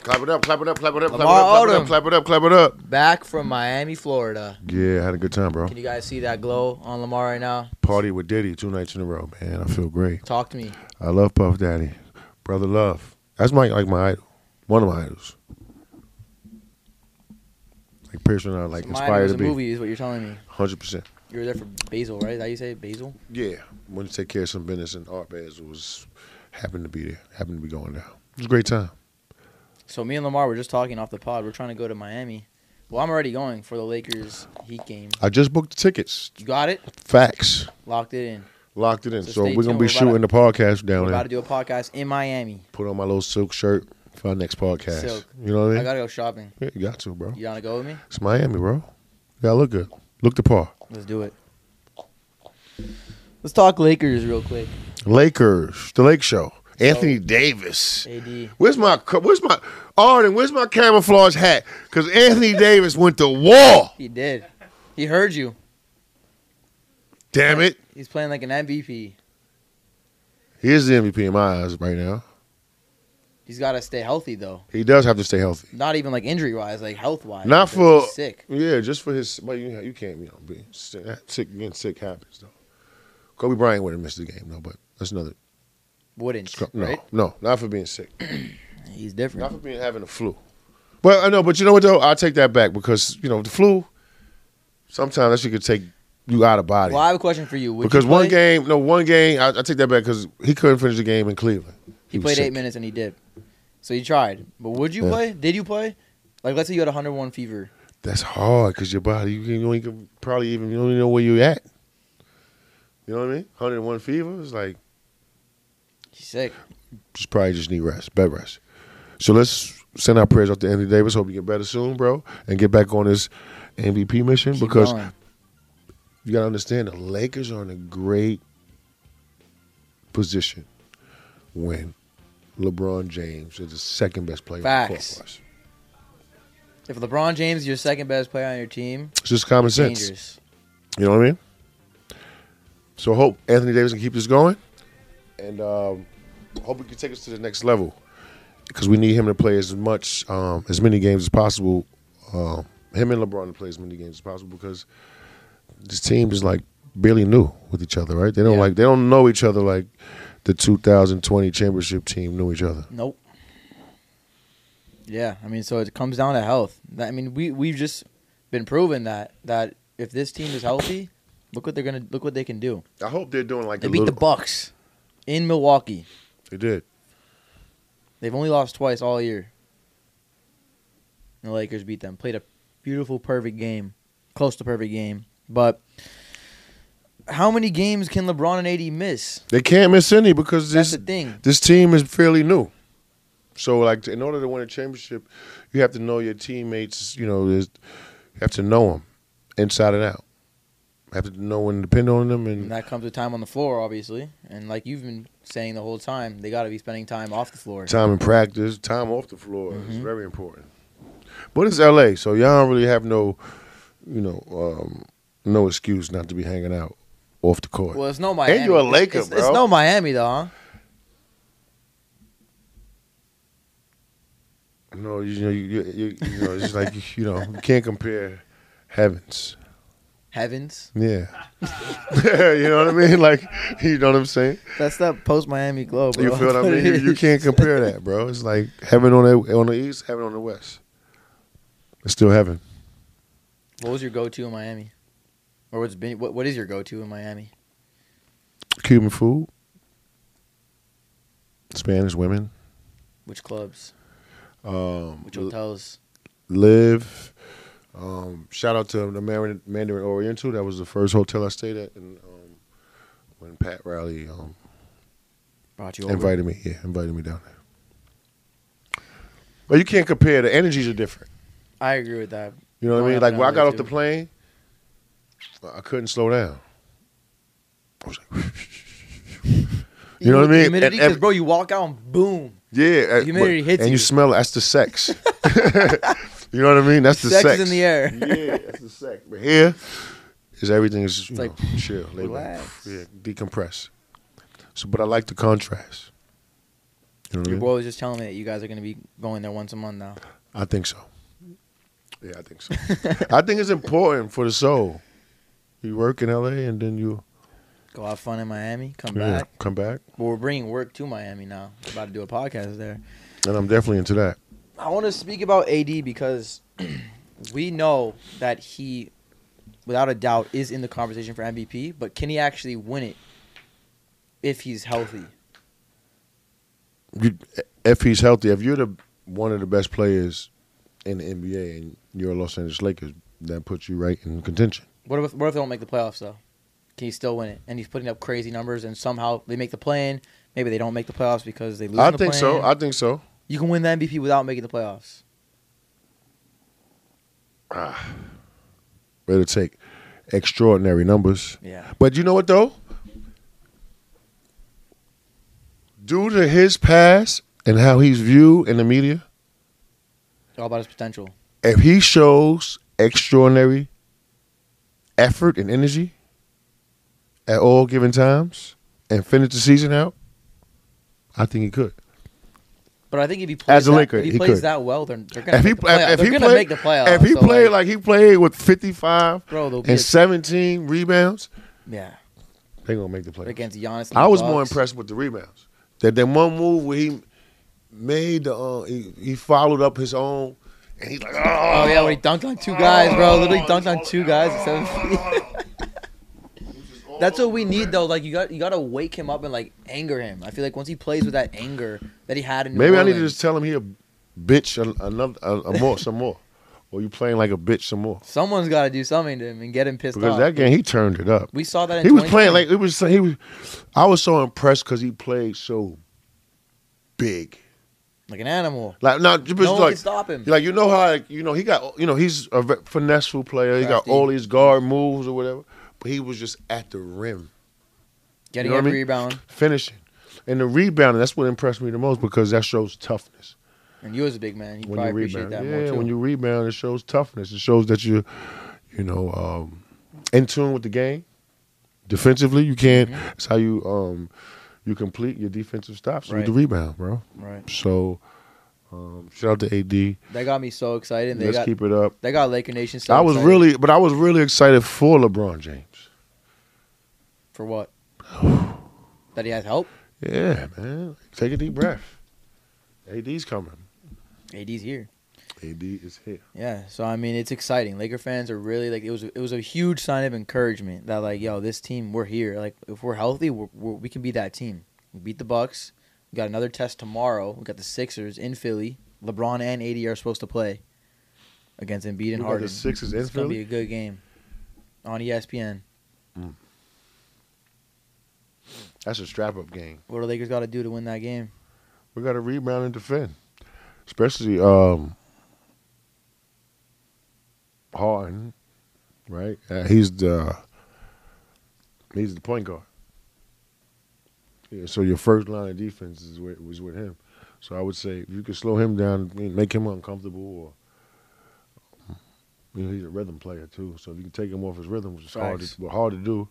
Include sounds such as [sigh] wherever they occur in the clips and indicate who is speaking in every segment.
Speaker 1: Clap it up, clap it up, clap it up, clap it
Speaker 2: Lamar
Speaker 1: up,
Speaker 2: Odom.
Speaker 1: clap it up, clap it up, clap it up.
Speaker 2: Back from Miami, Florida.
Speaker 1: Yeah, had a good time, bro.
Speaker 2: Can you guys see that glow on Lamar right now?
Speaker 1: Party with Diddy two nights in a row, man. I feel great.
Speaker 2: Talk to me.
Speaker 1: I love Puff Daddy, brother love. That's my like my idol, one of my idols. Like person I like
Speaker 2: So Miami
Speaker 1: inspired
Speaker 2: was
Speaker 1: to
Speaker 2: a
Speaker 1: be,
Speaker 2: movie, is what you're telling me.
Speaker 1: hundred percent.
Speaker 2: You were there for Basil, right? Is that how you say it? Basil?
Speaker 1: Yeah, wanted to take care of some business, and Art Bass was happened to be there, happened to be going down. It was a great time.
Speaker 2: So me and Lamar were just talking off the pod. We're trying to go to Miami. Well, I'm already going for the Lakers Heat game.
Speaker 1: I just booked the tickets.
Speaker 2: You got it?
Speaker 1: Facts.
Speaker 2: Locked it in.
Speaker 1: Locked it in.
Speaker 2: So
Speaker 1: So,
Speaker 2: stay
Speaker 1: we're
Speaker 2: tuned.
Speaker 1: gonna be
Speaker 2: We're about
Speaker 1: shooting the podcast down
Speaker 2: We're about to
Speaker 1: there.
Speaker 2: do a podcast in Miami.
Speaker 1: Put on my little silk shirt for our next podcast.
Speaker 2: Silk.
Speaker 1: You know what I mean?
Speaker 2: I gotta go shopping.
Speaker 1: yeah, you got to, bro.
Speaker 2: You wanna go with me?
Speaker 1: It's Miami, bro. You gotta look good. Look the part.
Speaker 2: Let's do it. Let's talk Lakers real quick.
Speaker 1: Lakers, the Lake Show. Anthony Davis.
Speaker 2: AD.
Speaker 1: Where's my co- where's my Arden? Where's my camouflage hat? Because Anthony Davis went to war.
Speaker 2: He did. He heard you.
Speaker 1: Damn it!
Speaker 2: He's playing like an MVP.
Speaker 1: He is the MVP in my eyes right now.
Speaker 2: He's got to stay healthy though.
Speaker 1: He does have to stay healthy.
Speaker 2: Not even like injury wise, like health wise.
Speaker 1: Not for-
Speaker 2: sick.
Speaker 1: Yeah, just for his. But you, you can't you know be sick. that sick getting sick happens though. Kobe Bryant would have missed the game though, but that's another.
Speaker 2: Wouldn't
Speaker 1: No,
Speaker 2: right?
Speaker 1: no, not for being sick.
Speaker 2: He's
Speaker 1: Not
Speaker 2: different.
Speaker 1: for being having a flu. Well, I know, but you know what though? I'll take that back because you know the flu. Sometimes that shit could take you out of body.
Speaker 2: Well, I have a question for you. Would you
Speaker 1: because one
Speaker 2: play-
Speaker 1: game, no one game. I, I take that back because he couldn't finish the game in Cleveland.
Speaker 2: he
Speaker 1: was
Speaker 2: played
Speaker 1: sick.
Speaker 2: eight minutes and he did. So you tried, but would you
Speaker 1: Yeah.
Speaker 2: play? Did you play? Like, let's say you had 101 fever.
Speaker 1: That's hard because your body you, can, you don't even probably even you don't even know where you at. You know what I mean? Hundred and one fever is like
Speaker 2: He's sick.
Speaker 1: just probably just need rest, bed rest. So let's send our prayers out to Anthony Davis. Hope you get better soon, bro, and get back on this MVP mission
Speaker 2: Keep
Speaker 1: because
Speaker 2: going.
Speaker 1: you got to understand the Lakers are in a great position when LeBron James is the second best player on the court
Speaker 2: Facts.
Speaker 1: for us.
Speaker 2: if LeBron James is your second best player on your team,
Speaker 1: It's just common sense.
Speaker 2: dangerous.
Speaker 1: You know what I mean? So hope Anthony Davis can keep this going, and um, hope he can take us to the next level because we need him to play as much um, as many games as possible. Um, him and LeBron to play as many games as possible because this team is like barely new with each other, right? They don't
Speaker 2: Yeah.
Speaker 1: like they don't know each other like the 2020 championship team knew each other.
Speaker 2: Nope. Yeah, I mean, so it comes down to health. That- I mean, we we've just been proven that that if this team is healthy, look what they're gonna look what they can do.
Speaker 1: I hope they're doing like
Speaker 2: They
Speaker 1: a
Speaker 2: beat the
Speaker 1: little-
Speaker 2: Bucks in Milwaukee.
Speaker 1: They did.
Speaker 2: They've only lost twice all year. And the Lakers beat them. Played a beautiful, perfect game, close to perfect game. But how many games can LeBron and AD miss?
Speaker 1: They can't miss any because
Speaker 2: That's
Speaker 1: this
Speaker 2: the thing.
Speaker 1: this team is fairly new. So like in order to win a championship, you have to know your teammates. You know, there's- you have to know them inside and out. have to know and depend on them,
Speaker 2: And
Speaker 1: and
Speaker 2: that comes with time on the floor, obviously. And like you've been saying the whole time, they got to be spending time off the floor.
Speaker 1: time and practice, time off the floor is very important. But it's L.A., so y'all don't really have no, you know, um, no excuse not to be hanging out off the court.
Speaker 2: Well, it's no Miami.
Speaker 1: you're a
Speaker 2: It's-
Speaker 1: Laker,
Speaker 2: it's, It's
Speaker 1: bro.
Speaker 2: no Miami, though. Huh?
Speaker 1: No, you know, you, you, you, you know, it's just like [laughs] you know, you can't compare heavens.
Speaker 2: Heavens.
Speaker 1: Yeah. [laughs] you know what I mean? [laughs] Like, you know what I'm saying?
Speaker 2: That's that post Miami glow, bro.
Speaker 1: You feel
Speaker 2: [laughs]
Speaker 1: what I mean? You, you can't compare that, bro. It's like heaven on the on the east, heaven on the west. It's still heaven.
Speaker 2: What was your go-to in Miami? Or what's been? What, what is your go-to in Miami?
Speaker 1: Cuban food, Spanish women,
Speaker 2: Which clubs?
Speaker 1: um,
Speaker 2: Which hotels?
Speaker 1: live. Um, shout out to the Mandarin, Mandarin Oriental. That was the first hotel I stayed at, and um, when Pat Riley um,
Speaker 2: Brought you over.
Speaker 1: invited me, yeah, invited me down there. But you can't compare. The energies are different.
Speaker 2: I agree with that.
Speaker 1: You know what I
Speaker 2: Going
Speaker 1: mean?
Speaker 2: up
Speaker 1: Like
Speaker 2: and
Speaker 1: when I
Speaker 2: down
Speaker 1: got
Speaker 2: there,
Speaker 1: off the
Speaker 2: too.
Speaker 1: plane, I couldn't slow down. I was like, You know what I mean?
Speaker 2: Humidity,
Speaker 1: And
Speaker 2: 'cause,
Speaker 1: every-
Speaker 2: bro, you walk out and boom.
Speaker 1: yeah, and-
Speaker 2: humidity
Speaker 1: but-
Speaker 2: hits
Speaker 1: and you.
Speaker 2: you.
Speaker 1: smell it. That's
Speaker 2: [laughs]
Speaker 1: the sex. [laughs] you know what I mean? That's the
Speaker 2: sex, is
Speaker 1: sex.
Speaker 2: in the air.
Speaker 1: [laughs] yeah, that's the sex. But here is everything is you
Speaker 2: It's like,
Speaker 1: know, chill, lay back.
Speaker 2: relax.
Speaker 1: yeah, decompress. So, but I like the contrast. You know what I
Speaker 2: Your
Speaker 1: mean?
Speaker 2: boy was just telling me that you guys are going to be going there once a month now.
Speaker 1: I think so. Yeah, I think
Speaker 2: [laughs]
Speaker 1: so. I think it's important for the soul. You work in LA and then you
Speaker 2: Go have fun in Miami. Come
Speaker 1: yeah,
Speaker 2: back.
Speaker 1: come back.
Speaker 2: But we're bringing work to Miami now. We're about to do a podcast there.
Speaker 1: And I'm definitely into that.
Speaker 2: I want to speak about AD because [clears throat] we know that he, without a doubt, is in the conversation for MVP. But can he actually win it if he's healthy?
Speaker 1: You, if he's healthy, if you're the one of the best players in the NBA and you're a Los Angeles Lakers, that puts you right in contention.
Speaker 2: What if what if they don't make the playoffs though? Can he still win it? And he's putting up crazy numbers, and somehow they make the play-in. Maybe they don't make the playoffs because they lose.
Speaker 1: I
Speaker 2: in the
Speaker 1: think so.
Speaker 2: play-in.
Speaker 1: I think so.
Speaker 2: you can win the MVP without making the playoffs.
Speaker 1: But it'll take extraordinary numbers.
Speaker 2: Yeah.
Speaker 1: But you know what though? Due to his past and how he's viewed in the media,
Speaker 2: It's all about his potential.
Speaker 1: if he shows extraordinary effort and energy at all given times and finish the season out, I think he could.
Speaker 2: But I think if he plays,
Speaker 1: As a
Speaker 2: that,
Speaker 1: Laker,
Speaker 2: if he,
Speaker 1: he
Speaker 2: plays
Speaker 1: could.
Speaker 2: that well, they're, they're gonna
Speaker 1: If
Speaker 2: make
Speaker 1: he,
Speaker 2: the playoffs.
Speaker 1: if
Speaker 2: they're
Speaker 1: he
Speaker 2: gonna
Speaker 1: played,
Speaker 2: make the playoffs.
Speaker 1: if he
Speaker 2: so,
Speaker 1: played like, he played with fifty five
Speaker 2: bro, they'll be
Speaker 1: and
Speaker 2: a,
Speaker 1: seventeen rebounds,
Speaker 2: yeah
Speaker 1: they gonna make the playoffs.
Speaker 2: against Giannis. and
Speaker 1: I
Speaker 2: the
Speaker 1: was more
Speaker 2: Bucks.
Speaker 1: impressed with the rebounds. That that one move where he made the uh, he, he followed up his own, and he's like, oh,
Speaker 2: Oh yeah, when he dunked on two guys, bro. Literally dunked on two guys at seven feet. [laughs] That's what we need though. Like you got you gotta wake him up and like anger him. I feel like once he plays with that anger that he had in New
Speaker 1: Maybe I need to
Speaker 2: Orleans-
Speaker 1: just tell him he a bitch an- another a, a more some more, or you playing like a bitch some more
Speaker 2: someone's gotta do something to him and get him pissed
Speaker 1: because
Speaker 2: off.
Speaker 1: that game he turned it up.
Speaker 2: we saw that in
Speaker 1: He was playing
Speaker 2: 2020.
Speaker 1: like it was he was. I was so impressed because he played so big.
Speaker 2: like an animal.
Speaker 1: Like not just
Speaker 2: No one
Speaker 1: like
Speaker 2: can stop him.
Speaker 1: Like you know how like, you know he got you know he's a ve- finesseful player. He got
Speaker 2: Crafty.
Speaker 1: all these guard moves or whatever, but he was just at the rim
Speaker 2: Getting
Speaker 1: know what I
Speaker 2: every
Speaker 1: mean?
Speaker 2: rebound.
Speaker 1: finishing, and the rebounding that's what impressed me the most because that shows toughness
Speaker 2: And you as a big man, you
Speaker 1: when
Speaker 2: probably
Speaker 1: you
Speaker 2: appreciate
Speaker 1: rebound.
Speaker 2: that more
Speaker 1: yeah,
Speaker 2: too.
Speaker 1: when you rebound, it shows toughness. It shows that you're you know um, in tune with the game. Defensively, you can.
Speaker 2: Mm-hmm.
Speaker 1: not That's how you um you complete your defensive stops with the
Speaker 2: Right.
Speaker 1: rebound, bro.
Speaker 2: right.
Speaker 1: So um, shout out to AD.
Speaker 2: That got me so excited. They
Speaker 1: Let's
Speaker 2: got
Speaker 1: keep it up.
Speaker 2: they got Laker Nation so
Speaker 1: I was
Speaker 2: excited.
Speaker 1: really, but I was really excited for LeBron James.
Speaker 2: for what? [sighs] that he has help?
Speaker 1: Yeah, man. Take a deep breath. AD's coming.
Speaker 2: AD's here.
Speaker 1: AD is here.
Speaker 2: Yeah, so I mean, it's exciting. Laker fans are really like it was. It was a huge sign of encouragement that like, yo, this team, we're here. Like, if we're healthy, we're, we're, we can be that team. We beat the Bucks. We got another test tomorrow. We got the Sixers in Philly. LeBron and AD are supposed to play against Embiid
Speaker 1: We
Speaker 2: and
Speaker 1: got
Speaker 2: Harden.
Speaker 1: the Sixers in
Speaker 2: it's gonna
Speaker 1: Philly?
Speaker 2: be a good game on E ESPN.
Speaker 1: That's a strap up game.
Speaker 2: What do Lakers got to do to win that game?
Speaker 1: We got to rebound and defend, especially um, Harden, right? Uh, he's the he's the point guard. Yeah, so your first line of defense is with, was with him. So I would say if you could slow him down, and make him uncomfortable, or you know, he's a rhythm player too. So if you can take him off his rhythm, which is hard
Speaker 2: Facts.
Speaker 1: to, well, hard to do,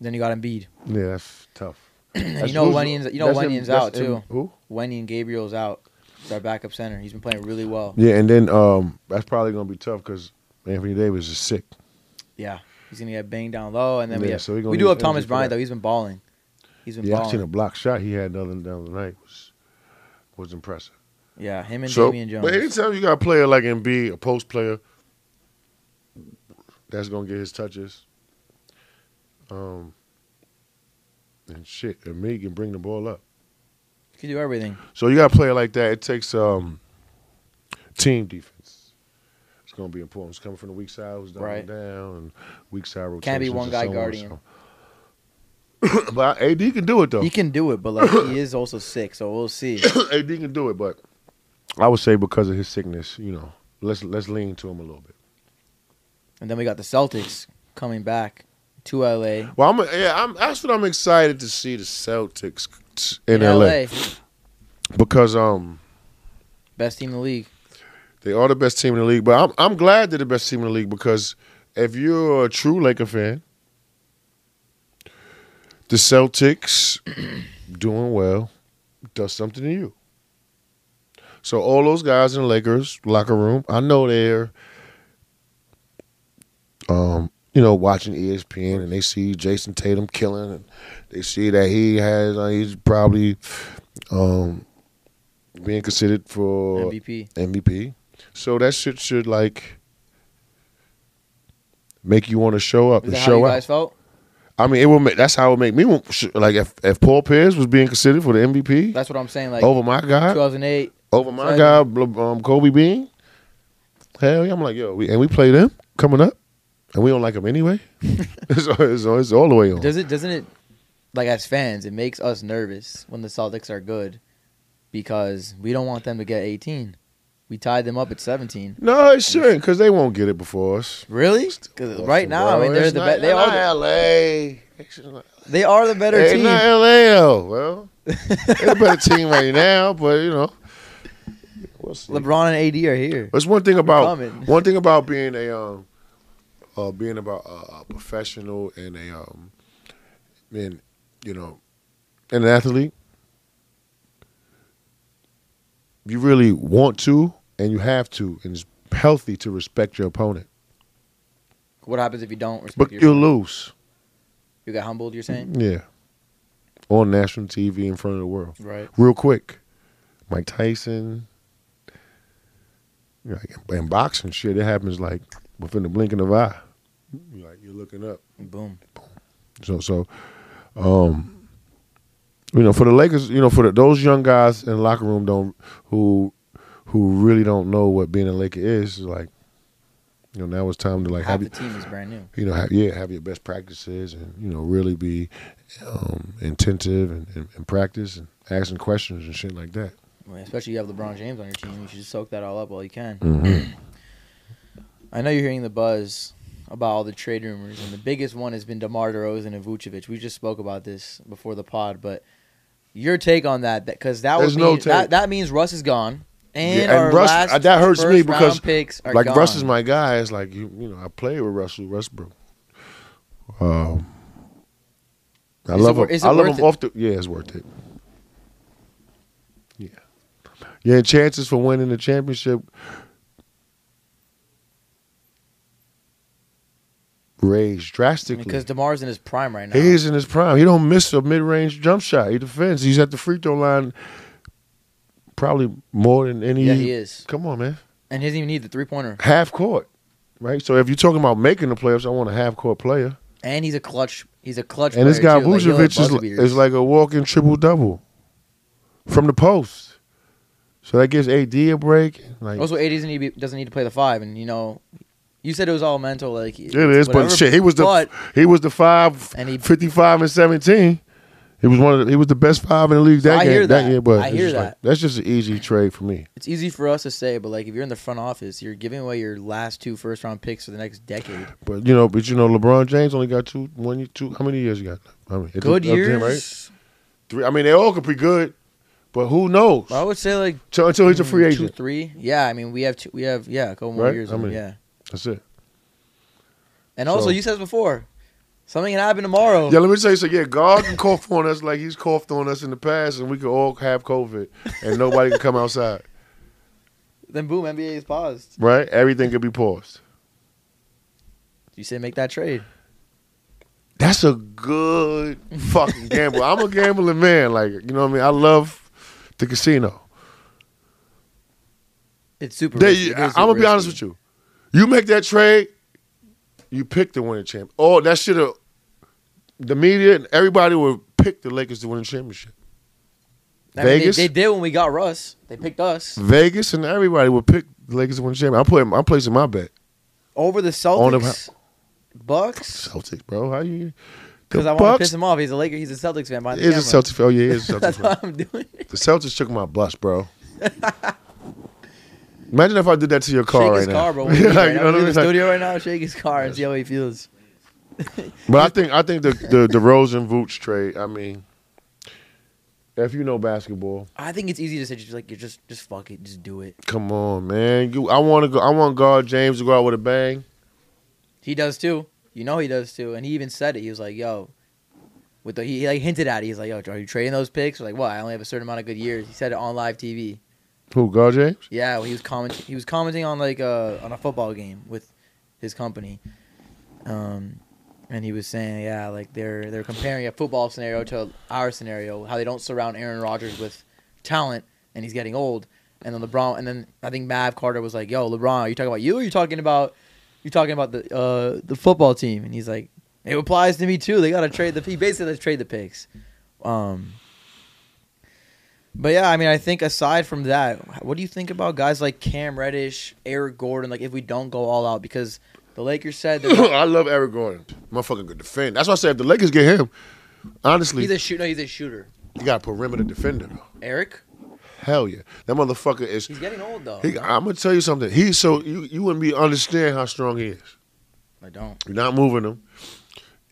Speaker 2: Then you got Embiid.
Speaker 1: yeah, that's tough.
Speaker 2: And [clears throat]
Speaker 1: That's
Speaker 2: you know
Speaker 1: losing-
Speaker 2: Wenyan's. You know
Speaker 1: that's him-
Speaker 2: Wenyan's
Speaker 1: that's
Speaker 2: out
Speaker 1: him-
Speaker 2: too.
Speaker 1: Who?
Speaker 2: Wenyan Gabriel's out. He's our backup center. He's been playing really well.
Speaker 1: Yeah, and then um, that's probably gonna be tough because Anthony Davis is sick.
Speaker 2: Yeah, he's gonna get banged down low, and then we
Speaker 1: Yeah,
Speaker 2: have,
Speaker 1: so he gonna
Speaker 2: we do
Speaker 1: need
Speaker 2: have Thomas
Speaker 1: energy for
Speaker 2: Bryant
Speaker 1: that.
Speaker 2: though. He's been balling. He's been
Speaker 1: Yeah, I seen a
Speaker 2: balling.
Speaker 1: block shot he had the other, the other night was was impressive.
Speaker 2: Yeah, him and
Speaker 1: so,
Speaker 2: Damian Jones.
Speaker 1: but anytime you got a player like Embiid, a post player, that's gonna get his touches. Um, and shit, and me can bring the ball up.
Speaker 2: He can do everything.
Speaker 1: So you got a player like that. It takes um, team defense. It's gonna be important. It's coming from the weak side, who's down
Speaker 2: Right.
Speaker 1: down, and weak side rotation.
Speaker 2: Can't be one guy guarding
Speaker 1: [coughs] but AD can do it though.
Speaker 2: He
Speaker 1: [coughs]
Speaker 2: can do it, but like he is also sick, so we'll see.
Speaker 1: AD can do it, but I would say because of his sickness, you know, let's let's lean to him a little bit.
Speaker 2: And then we got the Celtics coming back to LA.
Speaker 1: Well, I'm yeah, I'm that's what I'm excited to see the Celtics t- in,
Speaker 2: LA,
Speaker 1: LA. because um
Speaker 2: best team in the league.
Speaker 1: they are the best team in the league. But I'm I'm glad they're the best team in the league because if you're a true Laker fan, the Celtics [clears throat] doing well, does something to you. So all those guys in the Lakers locker room, I know they're, um, you know, watching E ESPN and they see Jason Tatum killing, and they see that he has uh, he's probably um, being considered for
Speaker 2: MVP.
Speaker 1: MVP. So that shit should like make you want to show up
Speaker 2: Is
Speaker 1: and
Speaker 2: that how
Speaker 1: show
Speaker 2: you
Speaker 1: out.
Speaker 2: guys felt?
Speaker 1: I mean, it would make that's how it would make me want- sh- like if if Paul Pierce was being considered for the MVP
Speaker 2: That's what I'm saying. Like
Speaker 1: over my guy,
Speaker 2: 2008.
Speaker 1: over my
Speaker 2: so-
Speaker 1: guy, Bl- um, Kobe Bean. Hell yeah, I'm like yo, we, and we play them coming up, and we don't like
Speaker 2: [laughs]
Speaker 1: them anyway. so it's, it's all the way on.
Speaker 2: Does it? Doesn't it? Like as fans, it makes us nervous when the Celtics are good because we don't want them to get 18. We tied them up at 17.
Speaker 1: no, it shouldn't because they won't get it before us.
Speaker 2: Really? 'Cause right now, I mean, they're the be-
Speaker 1: best.
Speaker 2: they are the,
Speaker 1: L.A.
Speaker 2: they are the better
Speaker 1: They're
Speaker 2: team.
Speaker 1: not L.A. Well, they're a better team right now, but you know, we'll see.
Speaker 2: [laughs] LeBron and AD are here.
Speaker 1: That's one thing about
Speaker 2: coming.
Speaker 1: one thing about being a um, uh, being about a, a professional and a um, and you know, and an athlete. You really want to, and you have to, and it's healthy to respect your opponent.
Speaker 2: What happens if you don't respect
Speaker 1: But
Speaker 2: your
Speaker 1: you lose,
Speaker 2: You got humbled, you're saying?
Speaker 1: yeah, on national TV in front of the world,
Speaker 2: Right.
Speaker 1: real quick. Mike Tyson, you know, like in boxing shit, it happens like within the blinking of eye. You're like you're looking up.
Speaker 2: Boom.
Speaker 1: So so, um, you know, for the Lakers, you know, for the, those young guys in the locker room don't who who really don't know what being a Laker is. is like, you know, now it's time to like
Speaker 2: Half
Speaker 1: have
Speaker 2: the
Speaker 1: you,
Speaker 2: team is brand new.
Speaker 1: you know, have, yeah, have your best practices and you know really be um, intensive and, and, and practice and asking questions and shit like that.
Speaker 2: Well, Especially you have LeBron James on your team. You should just soak that all up while you can.
Speaker 1: Mm-hmm.
Speaker 2: I know you're hearing the buzz about all the trade rumors, and the biggest one has been DeMar DeRozan and Vucevic. We just spoke about this before the pod, but your take on that, because that
Speaker 1: There's
Speaker 2: was
Speaker 1: no take.
Speaker 2: that, that means Russ is gone, and,
Speaker 1: Yeah, and
Speaker 2: our
Speaker 1: Russ- uh,
Speaker 2: last
Speaker 1: that hurts me
Speaker 2: first-round
Speaker 1: because,
Speaker 2: picks are
Speaker 1: like
Speaker 2: gone.
Speaker 1: Russ is my guy. It's like you, you know, I play with Russell Westbrook. Um, I
Speaker 2: Is it
Speaker 1: love
Speaker 2: wor-
Speaker 1: him.
Speaker 2: is it
Speaker 1: I love
Speaker 2: worth
Speaker 1: him
Speaker 2: it?
Speaker 1: off the. Yeah, it's worth it. Yeah, your chances for winning the championship raise drastically.
Speaker 2: because DeMar's in his prime right now.
Speaker 1: He's in his prime. He don't miss a mid-range jump shot. He defends. He's at the free throw line, probably more than any.
Speaker 2: yeah, he is,
Speaker 1: Come on, man
Speaker 2: and he doesn't even need the three pointer,
Speaker 1: half court, right? So if you're talking about making the playoffs, I want a half court player.
Speaker 2: and he's a clutch. He's a clutch.
Speaker 1: And this
Speaker 2: player,
Speaker 1: guy
Speaker 2: too. Like, he'll hit
Speaker 1: Vucevic is,
Speaker 2: buzzer
Speaker 1: li-
Speaker 2: beaters.
Speaker 1: is like a walking triple double from the post. So that gives AD a break. Like
Speaker 2: Also, AD doesn't need, to be, doesn't need to play the five, and you know, you said it was all mental. Like
Speaker 1: it is, but shit, he was the
Speaker 2: but
Speaker 1: he was the five,
Speaker 2: And he-
Speaker 1: 55 and seventeen. He was one of the, he was the best five in the league that
Speaker 2: I
Speaker 1: game
Speaker 2: hear that.
Speaker 1: year. But
Speaker 2: I
Speaker 1: it's
Speaker 2: hear
Speaker 1: just like,
Speaker 2: that.
Speaker 1: that's just an easy trade for me.
Speaker 2: it's easy for us to say. But like, if you're in the front office, you're giving away your last two first round picks for the next decade.
Speaker 1: But you know, but you know, LeBron James only got two, one, year- two. How many years you got? I mean, it's
Speaker 2: Good
Speaker 1: up to him,
Speaker 2: years.
Speaker 1: Three. I mean, they all could be good, but who knows?
Speaker 2: I would say like
Speaker 1: Till- until he's a
Speaker 2: mm,
Speaker 1: free
Speaker 2: Two,
Speaker 1: agent.
Speaker 2: three. Yeah, I mean, we have two, we have yeah, a couple more
Speaker 1: Right?
Speaker 2: years.
Speaker 1: I
Speaker 2: on,
Speaker 1: mean-
Speaker 2: yeah,
Speaker 1: That's it.
Speaker 2: and also
Speaker 1: So-
Speaker 2: you said before something can happen tomorrow.
Speaker 1: Yeah, let me tell you something. Yeah, God can cough on us like he's coughed on us in the past, and we could all have COVID, and nobody can come outside.
Speaker 2: Then boom, NBA is paused.
Speaker 1: Right? Everything could be paused.
Speaker 2: You said make that trade.
Speaker 1: That's a good fucking gamble. I'm a gambling man. Like, you know what I mean? I love the casino.
Speaker 2: It's super.
Speaker 1: They, I, am gonna be honest with you. You make that trade, you pick the winning champ. Oh, that should have. The media and everybody would pick the Lakers to win the championship.
Speaker 2: I mean, they-
Speaker 1: Vegas? Mm.
Speaker 2: they did when we got Russ. They picked us.
Speaker 1: Vegas and everybody would pick the Lakers to win the championship. I'm putting, I'm placing my bet.
Speaker 2: over the
Speaker 1: On the-
Speaker 2: Celtics, Bucks,
Speaker 1: Celtics, bro. How you? The
Speaker 2: because I want to
Speaker 1: Bucks
Speaker 2: piss him off. He's a Laker. He's a Celtics fan. Behind the
Speaker 1: is a
Speaker 2: camera.
Speaker 1: Celtics. Oh yeah,
Speaker 2: [laughs]
Speaker 1: he is a Celtics.
Speaker 2: That's
Speaker 1: fan.
Speaker 2: what I'm doing.
Speaker 1: the Celtics took my bus, bro. Imagine if I did that to your [laughs] car
Speaker 2: shake
Speaker 1: right
Speaker 2: his
Speaker 1: now.
Speaker 2: car,
Speaker 1: [laughs]
Speaker 2: bro.
Speaker 1: Like,
Speaker 2: We'll leave right
Speaker 1: you
Speaker 2: now. We'll
Speaker 1: know what I
Speaker 2: leave
Speaker 1: mean?
Speaker 2: the
Speaker 1: Like,
Speaker 2: studio right now. Shake his car and see how he feels.
Speaker 1: But I think I think the the, the Rose and Vooch trade. I mean, if you know basketball,
Speaker 2: I think it's easy to say, just like, you just, just fuck it, just do it.
Speaker 1: come on, man. You, I want to go. I want guard James to go out with a bang.
Speaker 2: He does too. You know he does too. And he even said it. He was like, "Yo, With the, he, he, like hinted at it. He's like, "Yo, are you trading those picks?" We're like, "What? I only have a certain amount of good years." He said it on live TV.
Speaker 1: Who, Gar James? [laughs]
Speaker 2: Yeah, well, he was comment he was commenting on like uh on a football game with his company, um, and he was saying, yeah, like they're they're comparing a football scenario to our scenario, how they don't surround Aaron Rodgers with talent, and he's getting old, and then LeBron, and then I think Mav Carter was like, yo, LeBron, are you talking about you? Or are you talking about you talking about the uh the football team? And he's like, it applies to me too. They gotta trade the he basically let's trade the picks, um. But yeah, I mean, I think aside from that, what do you think about guys like Cam Reddish, Eric Gordon? Like, if we don't go all out, because the Lakers said they're
Speaker 1: I love Eric Gordon. Motherfucker could defend. That's why I said if the Lakers get him, honestly,
Speaker 2: he's a shooter. No, he's a shooter.
Speaker 1: you got a perimeter defender. though.
Speaker 2: Eric,
Speaker 1: Hell yeah, that motherfucker is.
Speaker 2: he's getting old though.
Speaker 1: He, I'm gonna tell you something. He so you you wouldn't be understand how strong he is.
Speaker 2: I don't.
Speaker 1: You're not moving him.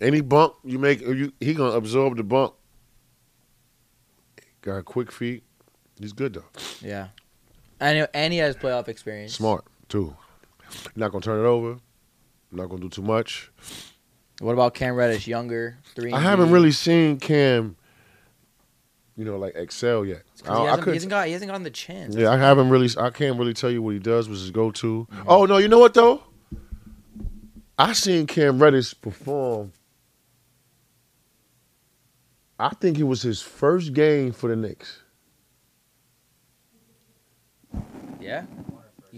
Speaker 1: Any bump you make, you, he gonna absorb the bump. Got quick feet. He's good though.
Speaker 2: Yeah, and and he has playoff experience.
Speaker 1: Smart too. Not gonna turn it over. Not gonna do too much.
Speaker 2: What about Cam Reddish, younger three?
Speaker 1: I
Speaker 2: and
Speaker 1: haven't
Speaker 2: D?
Speaker 1: really seen Cam, you know, like excel yet.
Speaker 2: 'Cause He
Speaker 1: I, I
Speaker 2: hasn't, he
Speaker 1: couldn't.
Speaker 2: hasn't got he hasn't gotten the chance.
Speaker 1: Yeah, I haven't really. I can't really tell you what he does, which his go to. Oh no, you know what though? I seen Cam Reddish perform. I think it was his first game for the Knicks.
Speaker 2: yeah.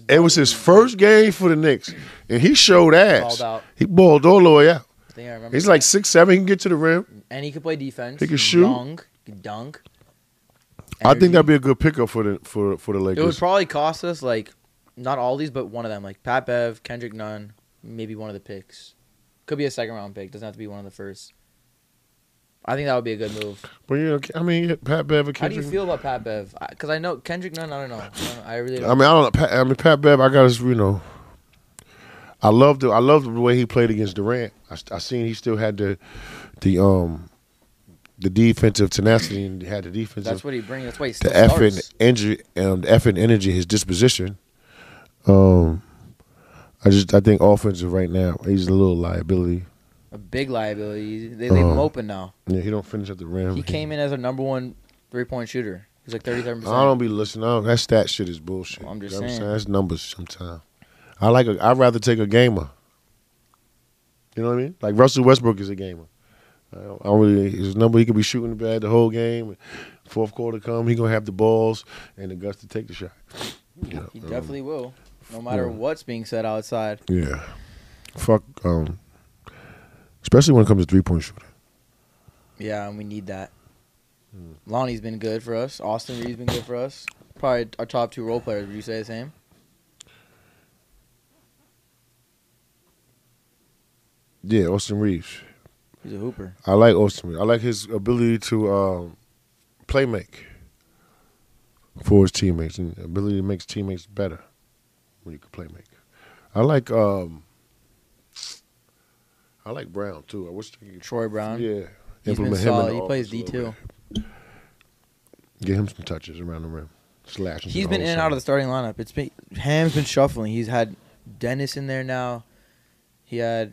Speaker 1: It was his first game for the Knicks, and he showed ass.
Speaker 2: Balled out.
Speaker 1: He balled all the way out.
Speaker 2: I think I remember.
Speaker 1: He's like six seven. He can get to the rim.
Speaker 2: and he could play defense.
Speaker 1: He could shoot.
Speaker 2: Long, dunk.
Speaker 1: I think
Speaker 2: Energy.
Speaker 1: that'd be a good pickup for the for for the
Speaker 2: It would
Speaker 1: Lakers.
Speaker 2: probably cost us like not all these, but one of them, like Pat Bev, Kendrick Nunn, maybe one of the picks. Could be a second round pick. Doesn't have to be one of the first. I think that would be a good move.
Speaker 1: but you know, I mean, Pat Bev and
Speaker 2: How do you
Speaker 1: Kendrick-
Speaker 2: feel about Pat Bev? Because I know Kendrick Nunn. I don't know. I, don't know. I really.
Speaker 1: I
Speaker 2: Don't.
Speaker 1: mean, I don't know. Pat, I mean, Pat Bev, I got his, you know, I love the I love the way he played against Durant. I, I seen he still had the the um the defensive tenacity and had the defensive
Speaker 2: That's what he brings. That's why he still
Speaker 1: the effort
Speaker 2: starts.
Speaker 1: and energy and effort and energy his disposition. Um, I just I think offensive right now he's a little liability.
Speaker 2: A big liability. They leave him
Speaker 1: Uh,
Speaker 2: open now.
Speaker 1: Yeah, he don't finish at the rim.
Speaker 2: He came in as a number one three point shooter. He's like thirty seven
Speaker 1: I
Speaker 2: percent.
Speaker 1: don't be listening. I don't, that stat shit is bullshit.
Speaker 2: Well, I'm just
Speaker 1: You know what
Speaker 2: saying.
Speaker 1: That's numbers sometimes. I like. A, I'd rather take a gamer. You know what I mean? Like Russell Westbrook is a gamer. I don't, I don't really. His number. He could be shooting the bad the whole game. Fourth quarter come, he gonna have the balls and the guts to take the shot. You know,
Speaker 2: He
Speaker 1: um,
Speaker 2: definitely will. No matter
Speaker 1: yeah.
Speaker 2: what's being said outside.
Speaker 1: yeah. Fuck. Um. Especially when it comes to three point shooting.
Speaker 2: Yeah, and we need that.
Speaker 1: Hmm.
Speaker 2: Lonnie's been good for us. Austin Reed's been good for us. Probably our top two role players. Would you say the same?
Speaker 1: Yeah, Austin Reeves.
Speaker 2: He's a hooper.
Speaker 1: I like Austin. Reeves. I like his ability to um, play make for his teammates and ability to make his teammates better when you can play make. I like um, I like Brown too. I wish they could
Speaker 2: Troy Brown.
Speaker 1: yeah
Speaker 2: He's been
Speaker 1: implement him.
Speaker 2: solid.
Speaker 1: in
Speaker 2: He
Speaker 1: the
Speaker 2: plays
Speaker 1: offense a
Speaker 2: D
Speaker 1: little
Speaker 2: two.
Speaker 1: bit. Get him some touches around the rim. Slash.
Speaker 2: He's been in and out of the starting lineup. It's been Ham's been shuffling. He's had Dennis in there now. He had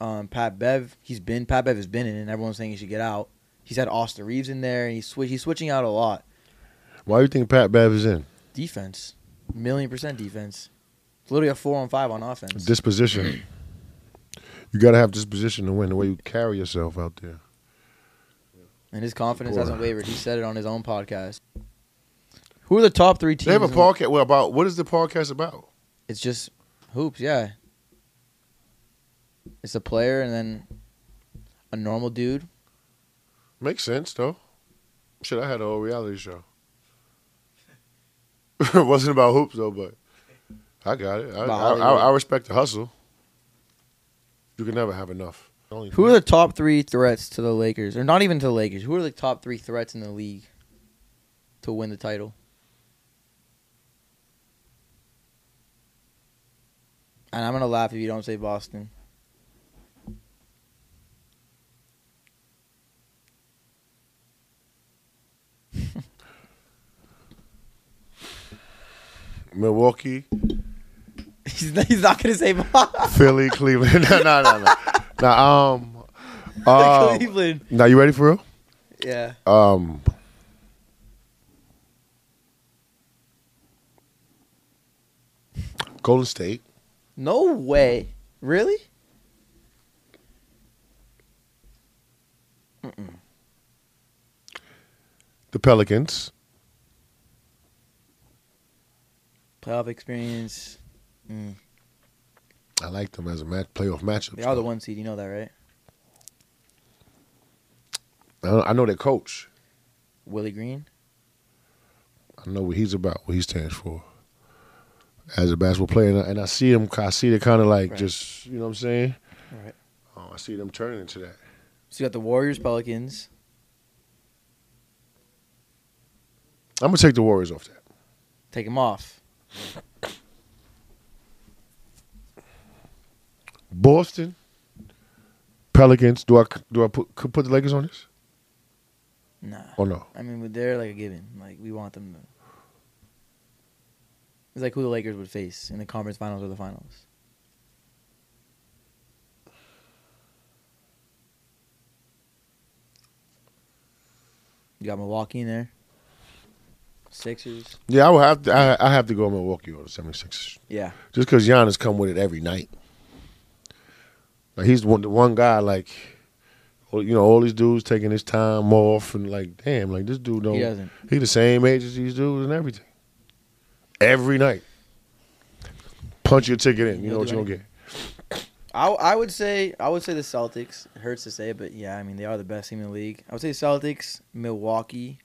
Speaker 2: um, Pat Bev. He's been Pat Bev has been in, and everyone's saying he should get out. He's had Austin Reeves in there, and he's swi- he's switching out a lot.
Speaker 1: Why do you think Pat Bev is in
Speaker 2: Defense, million percent defense. It's literally a four on five on offense. [clears throat]
Speaker 1: disposition? You got to have disposition to win. The way you carry yourself out there.
Speaker 2: And his confidence
Speaker 1: Poor.
Speaker 2: hasn't wavered. He said it on his own podcast. Who are the top three teams?
Speaker 1: They have a
Speaker 2: in-
Speaker 1: podcast. Well, about what is the podcast about?
Speaker 2: It's just hoops, yeah. It's a player and then a normal dude.
Speaker 1: Makes sense though. Shit, I had a whole
Speaker 2: [laughs]
Speaker 1: reality show. it wasn't about hoops though, but I got it. I,
Speaker 2: About
Speaker 1: I, I,
Speaker 2: Hollywood.
Speaker 1: I respect the hustle. You can never have enough. Only
Speaker 2: Who are the top three threats to the Lakers? Or not even to the Lakers. Who are the top three threats in the league to win the title? And I'm gonna laugh if you don't say Boston. [laughs]
Speaker 1: Milwaukee,
Speaker 2: he's, not, he's not gonna say Boston.
Speaker 1: [laughs] Philly, Cleveland. no, no, no, no. Now, um,
Speaker 2: [laughs]
Speaker 1: Uh,
Speaker 2: Cleveland.
Speaker 1: now you ready for real?
Speaker 2: Yeah.
Speaker 1: Um, Golden State.
Speaker 2: No way. Really?
Speaker 1: The Pelicans.
Speaker 2: Playoff experience. Mm.
Speaker 1: I like them as a match, playoff matchup.
Speaker 2: They are the one seed. You know that, right?
Speaker 1: I know- I know their coach.
Speaker 2: Willie Green.
Speaker 1: I know what he's about, what he stands for as a basketball player, and I, and I see him. I see the kind of like
Speaker 2: Right.
Speaker 1: just you know what I'm saying.
Speaker 2: Right.
Speaker 1: Oh, I see them turning into that.
Speaker 2: So you got the Warriors, Pelicans.
Speaker 1: I'm gonna take the Warriors off that.
Speaker 2: Take them off.
Speaker 1: Boston, Pelicans. Do I do I put could put the Lakers on this
Speaker 2: Nah.
Speaker 1: or no?
Speaker 2: I mean, they're like a given. Like we want them to. It's like who the Lakers would face in the conference finals or the finals. You got Milwaukee in there. Sixers.
Speaker 1: Yeah, I would have to. I, I have to go Milwaukee or the 76ers
Speaker 2: Yeah.
Speaker 1: just because Giannis come with it every night. Like he's one the one guy like, well, you know, all these dudes taking his time off and like, damn, like this dude don't.
Speaker 2: He doesn't.
Speaker 1: He the same age as these dudes and everything. Every night. Punch your ticket in. You
Speaker 2: He'll
Speaker 1: know what
Speaker 2: do
Speaker 1: you're gonna get.
Speaker 2: I, I would say I would say the Celtics. It hurts to say, but yeah, I mean they are the best team in the league. I would say Celtics, Milwaukee,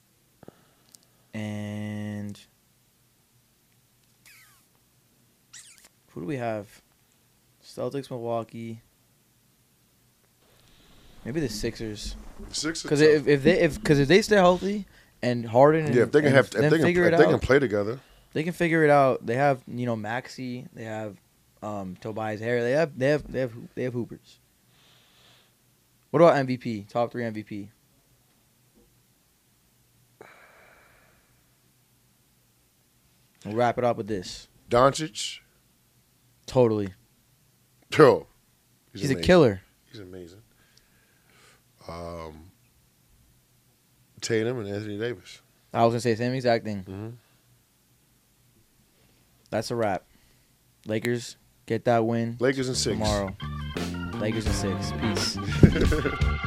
Speaker 2: and who do we have? Celtics, Milwaukee. Maybe the Sixers,
Speaker 1: Six
Speaker 2: because if, if they if because if they stay healthy and Harden, and,
Speaker 1: yeah, if they can
Speaker 2: and
Speaker 1: have, if
Speaker 2: them
Speaker 1: they can,
Speaker 2: figure
Speaker 1: if
Speaker 2: it
Speaker 1: they
Speaker 2: out,
Speaker 1: can play together.
Speaker 2: they can figure it out. They have you know Maxi, they have um, Tobias Harris, they have they have they have hoo- they have hoopers. What about MVP? Top three MVP. We'll wrap it up with this.
Speaker 1: Doncic, [laughs]
Speaker 2: Totally,
Speaker 1: Yo,
Speaker 2: he's, a
Speaker 1: amazing.
Speaker 2: killer.
Speaker 1: He's amazing. Um, Tatum and Anthony Davis.
Speaker 2: I was gonna say the same exact thing.
Speaker 1: Mhm.
Speaker 2: That's a wrap. Lakers get that win
Speaker 1: Lakers and six.
Speaker 2: tomorrow. Lakers and six. Peace.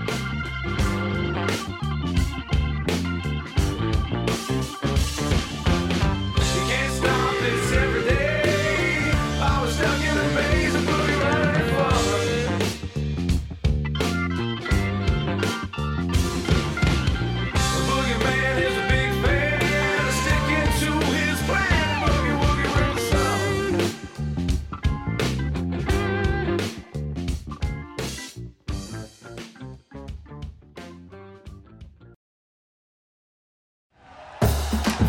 Speaker 3: You can't stop this every day. I was stuck in a maze of blue right in front of me. The boogeyman is a big man, sticking to his plan. Boogie woogie river song.